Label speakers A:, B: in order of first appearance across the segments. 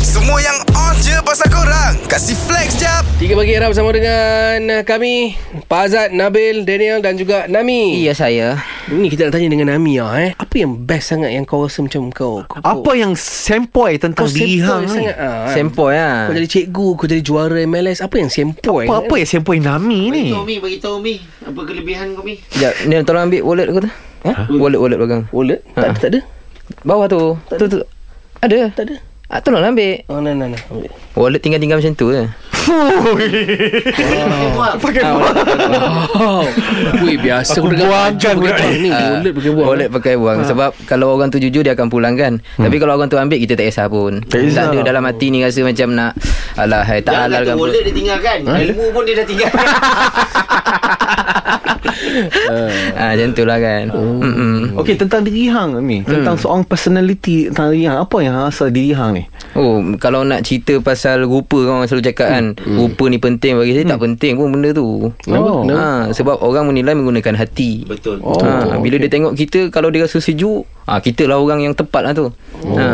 A: Semua yang on je pasal korang Kasih flex jap
B: Tiga pagi era bersama dengan kami Pak Azad, Nabil, Daniel dan juga Nami
C: Ya saya
B: Ni kita nak tanya dengan Nami lah eh Apa yang best sangat yang kau rasa macam kau kau-
D: Apa yang sempoi
B: kau
D: tentang diri hang
B: sempoi
D: ni?
B: sangat ah, kan?
C: Sempoi lah
B: Kau jadi cikgu, kau jadi juara MLS Apa yang sempoi
D: Apa, apa yang sempoi Nami ni?
E: Beritahu Mi, beritahu Mi Apa kelebihan kau Mi
C: Sekejap Ni tolong ambil wallet aku tu ha? Wallet wallet belakang Ha.
B: Wallet? Tak ada, tak ada
C: Bawah tu Tu tu Ada
B: Tak ada
C: ah, Tolong ambil
B: Oh, no, no, no Ambil.
C: Wallet tinggal-tinggal macam tu je Ah,
E: Pakai buat
B: Oh, Weh biasa
D: Aku
B: Aku pegang
D: buangkan
B: baju
D: budak
B: Pegang buang ni Wallet pakai buang
C: Ah, Wallet pakai buang ha. Sebab kalau orang tu jujur Dia akan pulang kan hmm. Tapi kalau orang tu ambil Kita tak kisah pun Tak,
D: kisah.
C: ada dalam hati ni Rasa macam nak Alah hai, Tak
E: Jangan
C: halal
E: kata
C: kan
E: wallet dia tinggalkan Ilmu pun dia dah tinggalkan
C: ha, Macam tu lah kan Mm-mm.
D: Okey tentang diri hang ni Tentang seorang personality Tentang diri hang Apa yang hang rasa diri hang ni
C: Oh Kalau nak cerita pasal rupa kan Orang selalu cakap kan Rupa ni penting Bagi saya tak penting pun benda tu
B: Kenapa?
D: Oh.
B: Kenapa?
C: Ha, sebab orang menilai menggunakan hati.
E: Betul
C: Oh, ha, bila okay. dia tengok kita kalau dia rasa sejuk, ha, kita lah orang yang tepat lah tu. Oh. Ha,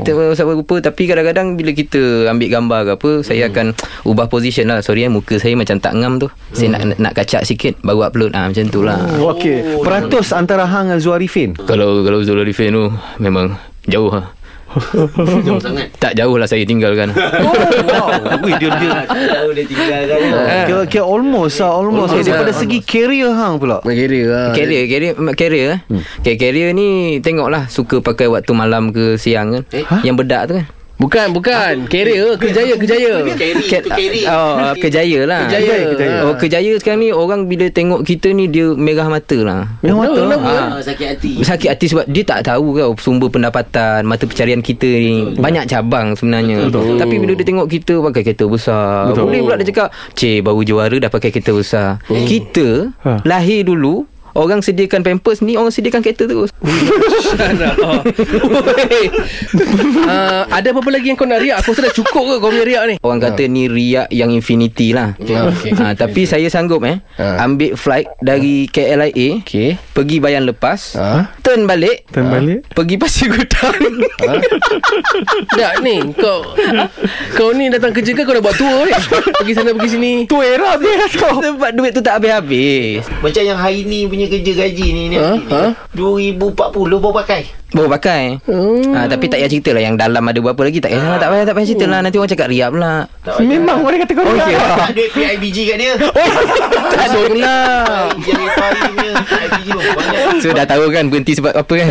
C: kita sama rupa tapi kadang-kadang bila kita ambil gambar ke apa, saya akan ubah position lah. Sorry eh, muka saya macam tak ngam tu. Saya nak nak kacak sikit baru upload. Ah ha, macam tu lah.
D: Oh. Okey Peratus antara hang dengan Zuarifin
C: Kalau kalau Zulul Arifin tu memang jauh lah.
E: Jauh sangat
C: Tak jauh lah saya tinggalkan.
D: Wow Weh dia dia
E: Tahu dia tinggalkan
D: ya. Kira, kira almost lah Almost,
C: Almost
D: almost Daripada
C: lah,
D: segi career hang pula
B: Nak kira lah
C: Carrier Carrier mm, Carrier eh hmm. okay, Carrier ni Tengoklah Suka pakai waktu malam ke siang kan eh? Yang bedak tu kan
B: Bukan, bukan oh, Carrier, kerjaya, kerjaya
E: Carry
C: Ke-
E: Itu carry
C: Oh kejaya lah
D: Ya,
B: Kejaya, Kejaya.
C: Oh kejaya sekarang ni Orang bila tengok kita ni Dia merah mata lah
D: Yang mata lah
E: Ah, Sakit hati
C: Sakit hati sebab Dia tak tahu kau Sumber pendapatan Mata pencarian kita ni Betul. Banyak cabang sebenarnya Betul. Tapi bila dia tengok kita Pakai kereta besar Betul. Boleh pula dia cakap Cik baru juara Dah pakai kereta besar Kita
D: Ha.
C: Lahir dulu Orang sediakan pampers ni Orang sediakan kereta terus
B: Weh. Ah, Ada apa-apa lagi yang kau nak riak Aku rasa dah cukup ke kau punya riak ni
C: Orang kata ni riak yang infinity lah
B: Ah, okey.
C: ha, Tapi saya sanggup eh
B: Ah.
C: Ambil flight dari KLIA
B: Okay
C: Pergi Bayan Lepas
D: Ha. lah.
B: Ah.
C: Turn balik
D: Turn balik
C: Pergi Pasir Gudang
B: Tak ni kau Kau ni datang kerja ke kau dah buat tour ni Pergi sana pergi sini
D: Tu era dia kau
C: Sebab lah, duit tu tak habis-habis
E: Macam yang hari ni punya kerja gaji ni ni.
B: Ha? Ha?
E: 2040 baru pakai
C: Baru pakai hmm. ha, Tapi tak payah cerita lah Yang dalam ada berapa lagi Tak payah lah Tak payah, tak payah cerita lah Nanti orang cakap riak pula
D: Memang orang kata kau okay.
B: Ya.
E: Tak duit PIBG kat dia
B: Oh.
E: Ha,
C: Tak ada lah. pula
E: Yang hari punya PIBG pun banyak
C: So dah tahu kan Berhenti sebab apa kan